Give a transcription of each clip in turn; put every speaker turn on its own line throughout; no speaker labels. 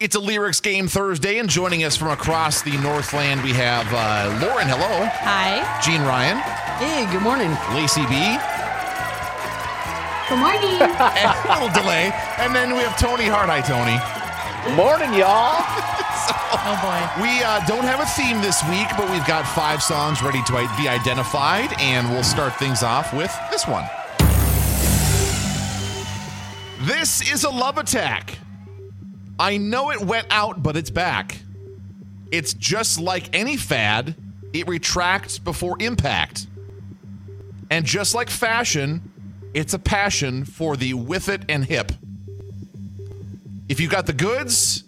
It's a lyrics game Thursday, and joining us from across the Northland, we have uh, Lauren. Hello,
Hi.
Gene Ryan,
Hey, good morning.
Lacey B.
Good morning.
A little delay, and then we have Tony Hart. Hi, Tony.
Morning, y'all.
oh boy.
We uh, don't have a theme this week, but we've got five songs ready to i- be identified, and we'll start things off with this one. This is a love attack. I know it went out, but it's back. It's just like any fad, it retracts before impact. And just like fashion, it's a passion for the with it and hip. If you got the goods,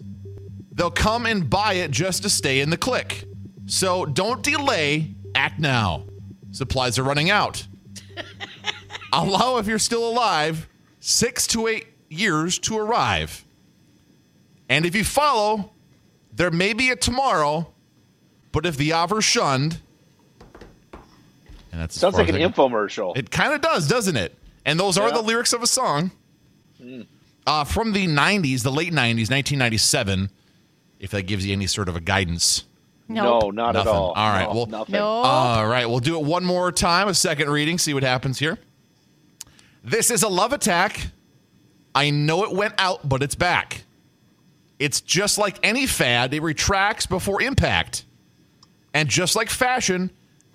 They'll come and buy it just to stay in the click. So don't delay, act now. Supplies are running out. Allow if you're still alive six to eight years to arrive. And if you follow, there may be a tomorrow, but if the offer shunned, and that's as
Sounds
far
like
as
an
I can-
infomercial.
it kind of does, doesn't it? And those are
Yeah.
the lyrics of a song uh, from the 90s, the late 90s, 1997, if that gives you any sort of a guidance.
No, not
Nothing.
at all.
All right,
No,
well-
nothing.
No.
All right, we'll do it one more time, a second reading, see what happens here. This is a love attack. I know it went out, but it's back. It's just like any fad, it retracts before impact. And just like fashion,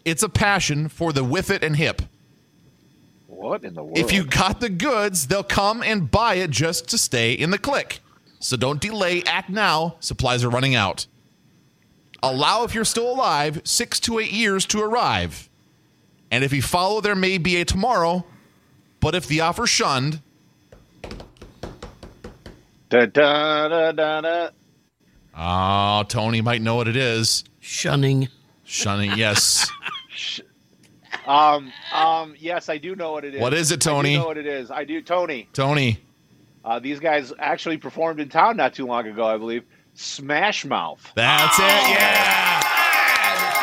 it's a passion for the with it and hip.
What in the world?
If you got the goods, they'll come and buy it just to stay in the click. So don't delay, act now. Supplies are running out. Allow, if you're still alive, six to eight years to arrive. And if you follow, there may be a tomorrow. But if the offer shunned,
da, da, da, da, da.
oh, Tony might know what it is.
Shunning.
Shunning, yes.
Um, um, yes, I do know what it is.
What is it,
I
Tony?
do know what it is. I do, Tony.
Tony,
Uh, these guys actually performed in town not too long ago, I believe. Smash Mouth.
that's it. Yeah.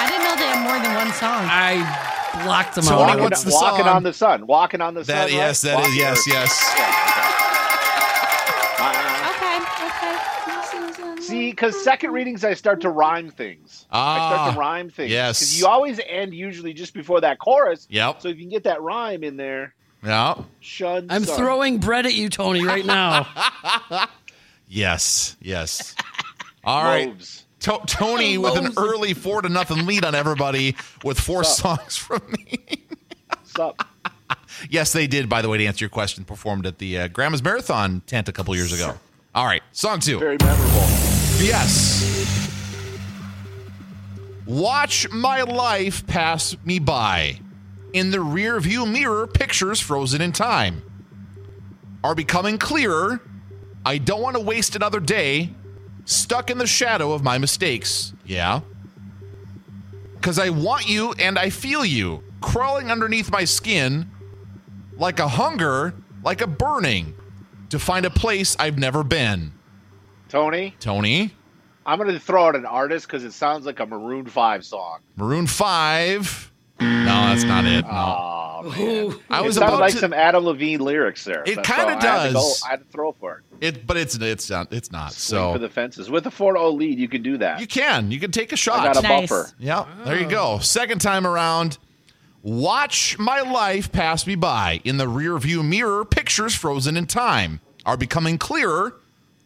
I didn't know they had more than one song.
I blocked them
Tony,
out.
Walking,
what's the
walking
song?
on the sun. Walking on the sun.
That,
right?
yes, that is,
Walking-
yes, yes.
Uh,
Okay. Okay.
see, because second readings, I start to rhyme things. I
Ah,
start to rhyme things.
yes.
'Cause you always end usually just before that chorus.
Yep.
So if you can get that rhyme in there,
Yeah.
shun.
I'm
sun.
throwing bread at you, Tony, right now.
Yes, yes. All right.
Loaves.
To- Tony with an early four to nothing lead on everybody with four songs from me.
Sup?
Yes, they did. By the way, to answer your question, performed at the uh, Grandma's Marathon tent a couple years ago. All right, song two.
Very memorable.
Yes. Watch my life pass me by. In the rear view mirror, pictures frozen in time are becoming clearer. I don't want to waste another day stuck in the shadow of my mistakes. Yeah. Because I want you and I feel you crawling underneath my skin like a hunger, like a burning to find a place I've never been.
Tony,
Tony?
I'm going to throw out an artist because it sounds like a Maroon 5 song.
Maroon Five. No, that's not it. No.
Oh, man.
Ooh.
I was
it sounded
about
like
to,
some Adam Levine lyrics there.
It
That's
kinda
all. I had to go-
does.
I had to throw for it.
it, but it's it's not. It's not.
Swing for
So
the fences. With a 4-0 lead, you can do that.
you can you can take a
I
shot.
got a
Nice.
bumper.
yeah, there you go.
Oh.
Second time around. Watch my life pass me by in the rearview mirror. Pictures frozen in time are becoming clearer.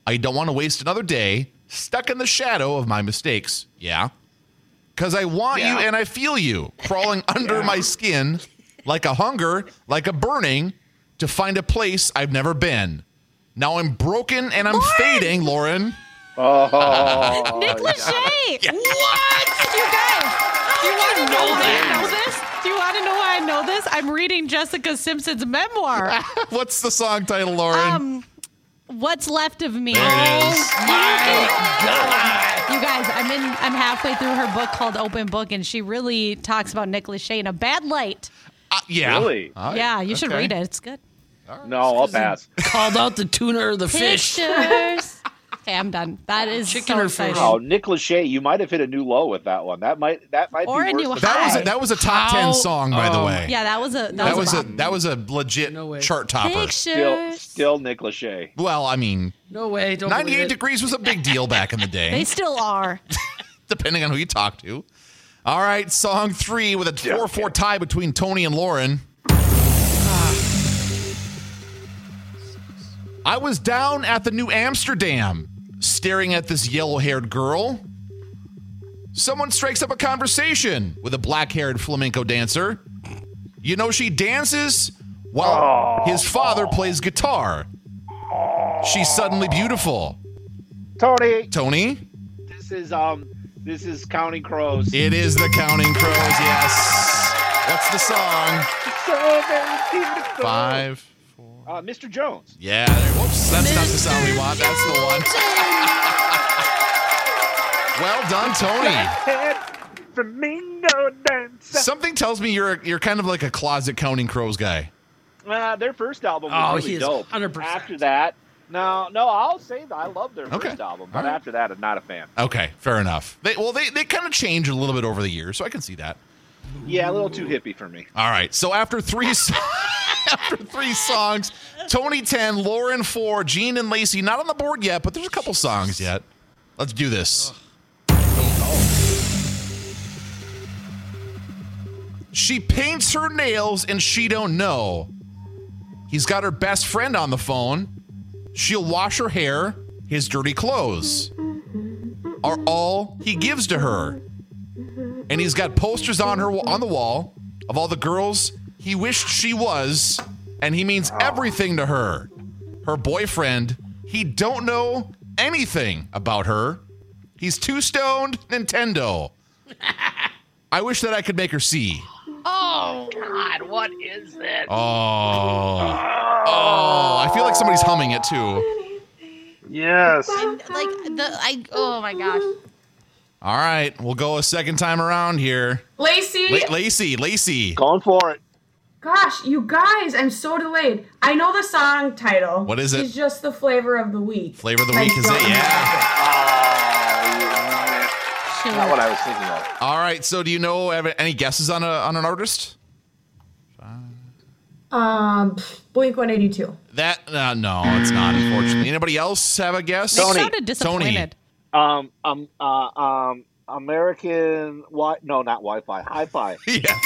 I don't want to waste another day stuck in the shadow of my mistakes. Yeah. Cause I want
Yeah.
you and I feel you crawling under my skin like a hunger, like a burning to find a place I've never been. Now I'm broken and I'm fading, Lauren.
Oh,
Nick Lachey. What? You guys. Do you want to know why I know this? Do you want to know why I know this? I'm reading Jessica Simpson's memoir.
What's the song title, Lauren?
Um, What's left of me. Oh
There it is.
You guys, I'm in. I'm halfway through her book called Open Book, and she really talks about Nick Lachey in a bad light.
Uh, yeah.
Really?
All right.
yeah, you should
Okay.
read it. It's good.
no, I'll pass.
Called out the tuna or the fish.
Pictures Okay, I'm done. That is
Chicken
so
or
exciting.
fish?
Oh, Nick Lachey, you might have hit a new low with that one. That might that might
Or
be
a new
worse than
That was
high.
a, that was a top ten
How-
song, by the
oh.
way.
Yeah, that was a that,
that was
was,
a that was a legit
No way.
chart topper.
Still,
pictures.
still Nick Lachey.
Well, I mean,
No way. Don't believe
98
it.
degrees was a big deal back in the day.
They still are.
depending on who you talk to. All right, song three with a 4 4 tie between Tony and Lauren. I was down at the New Amsterdam staring at this yellow haired girl. Someone strikes up a conversation with a black haired flamenco dancer. You know, she dances while his father plays guitar. She's suddenly beautiful.
Tony,
Tony?
this is um, this is Counting Crows.
It is the Counting Crows, yes. What's the song?
So very beautiful.
Five.
Uh, Mr. Jones.
Yeah. there- Whoops, that's not the sound we want. That's the one. Well done, Tony.
Head flamingo dancer.
Something tells me you're you're kind of like a closet Counting Crows guy.
Uh, their first album was
Oh,
really
he is
dope.
100%.
After that, no, no, I'll say that I love their
Okay.
first album, but
All right.
after that, I'm not a fan.
Okay, fair enough. They, well, they, they kind of change a little bit over the years, so I can see that.
Yeah, a little too hippie for me.
All right, so after three so- after three songs, Tony ten, Lauren four, Gene and Lacey not on the board yet, but there's a couple songs yet. Let's do this. She paints her nails and she don't know. He's got her best friend on the phone. She'll wash her hair. His dirty clothes are all he gives to her and he's got posters on her on the wall of all the girls he wished she was, and he means everything to her. Her boyfriend, he don't know anything about her. He's too stoned Nintendo. I wish that I could make her see.
Oh,
Oh. Oh, I feel like somebody's humming it too.
Yes.
I'm, like the I. Oh my gosh.
All right, we'll go a second time around here.
Lacey,
La- Lacey, Lacey.
Going for it.
gosh, you guys, I'm so delayed. I know the song title.
What is it?
It's just the flavor of the week.
Flavor of the
I
week is
don't
it?
know.
Yeah.
Oh, yeah.
Shoot.
Uh, not what I was thinking of.
All right, so do you know have any guesses on a on an artist?
Um, Blink 182.
That uh, no, it's not. Unfortunately, anybody else have a guess?
They
Tony.
sounded disappointed.
Um, um, uh, um, American Wi. No, not Wi-Fi. Hi-Fi.
Yes.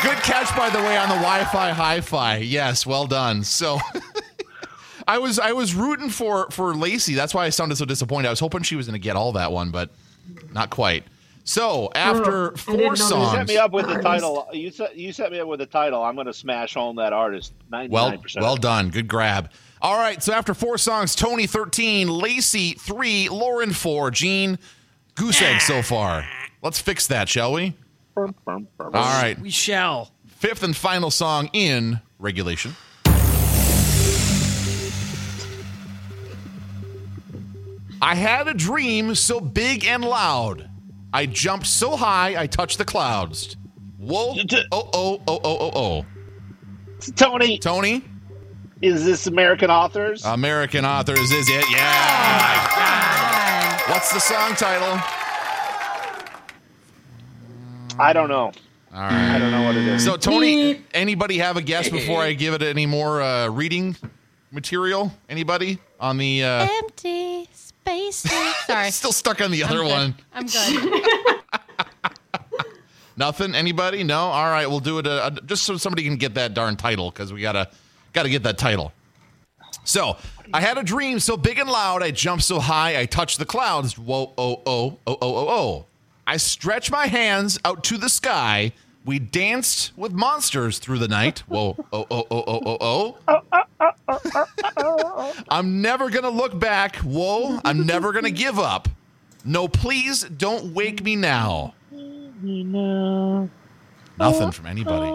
Good catch, by the way, on the Wi-Fi hi-fi. Yes, well done. So, I was I was rooting for for Lacey. That's why I sounded so disappointed. I was hoping she was going to get all that one, but not quite. So after
Oh, I didn't know
four
that.
You
songs,
set me up with the
Artist.
title. You set you set me up with the title. I'm going to smash home that artist.
Well,
Ninety-nine percent.
well done. Good grab. All right. So after four songs, Tony 13, Lacey 3, Lauren 4, Gene Goose Egg so far. Let's fix that, shall we? All right.
We shall.
Fifth and final song in regulation. I had a dream so big and loud. I jumped so high I touched the clouds. Whoa. Oh, oh, oh, oh, oh, oh.
Tony,
Tony?
is this American authors?
uh, American Authors is it? Yeah. What's the song title?
I don't know.
All right.
I don't know what it is.
So Tony,
Beep.
anybody have a guess before I give it any more uh, reading material? Anybody on the? Uh,
Empty spaces. Sorry.
still stuck on the other
I'm
one.
good. I'm good.
Nothing. Anybody? No. All right, we'll do it uh, just so somebody can get that darn title because we gotta gotta get that title. So I had a dream so big and loud, I jumped so high, I touched the clouds. Whoa, oh, oh, oh, oh, oh, oh. I stretched my hands out to the sky. We danced with monsters through the night. Whoa, oh, oh, oh, oh, oh, oh. I'm never gonna look back. Whoa, I'm never gonna give up. No, please don't wake me now. Nothing from anybody.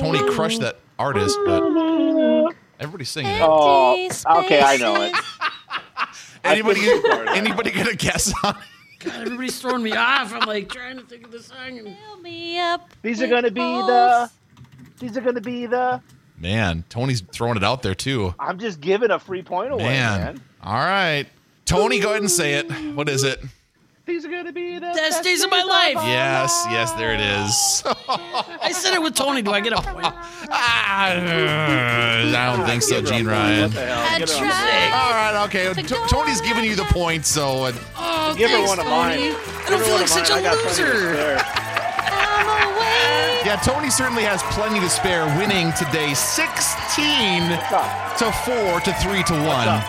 Tony crushed that artist, but everybody's singing. it.
Oh,
Empty
okay, I know it.
Anybody,
I think it's
anybody got a guess on?
God, everybody's throwing me off. I'm like trying to think of the song. And...
Fill me up
These are
with
gonna be
holes.
the. These are gonna be the
Man, Tony's throwing it out there too.
I'm just giving a free point away,
Man.
man.
All right. Tony, go ahead and say it. What is it?
These are gonna be the
Best days of my life.
Yes, yes, there it is.
I said it with Tony. Do I get a point?
Ah, I don't think so,
Give her a
Gene
point.
Ryan.
What the hell? Give her a
tried.
All right, okay. T- Tony's giving you the point, so uh,
Oh,
Give her
thanks,
one of mine.
Tony. I
Give
don't
her one
feel like
of
such
mine.
a
I got plenty to spare.
loser.
yeah, Tony certainly has plenty to spare, winning today 16
That's all.
to 4 to 3 to 1.
up?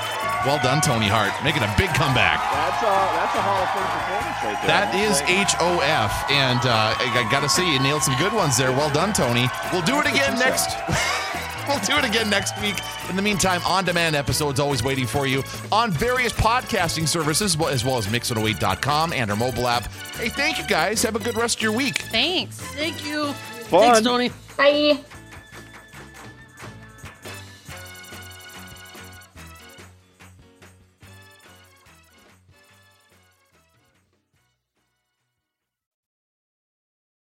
Well done, Tony Hart, making a big comeback.
That's a that's a Hall of Fame performance right there.
That is
a
H O F, and uh, I I gotta say you nailed some good ones there. Well done, Tony. We'll do it again next. we'll do it again next week. In the meantime, on-demand episodes always waiting for you on various podcasting services, well- as well as mix108.com and our mobile app. Hey, thank you guys. Have a good rest of your week.
Thanks.
Thank you.
Fun.
Thanks, Tony.
Bye.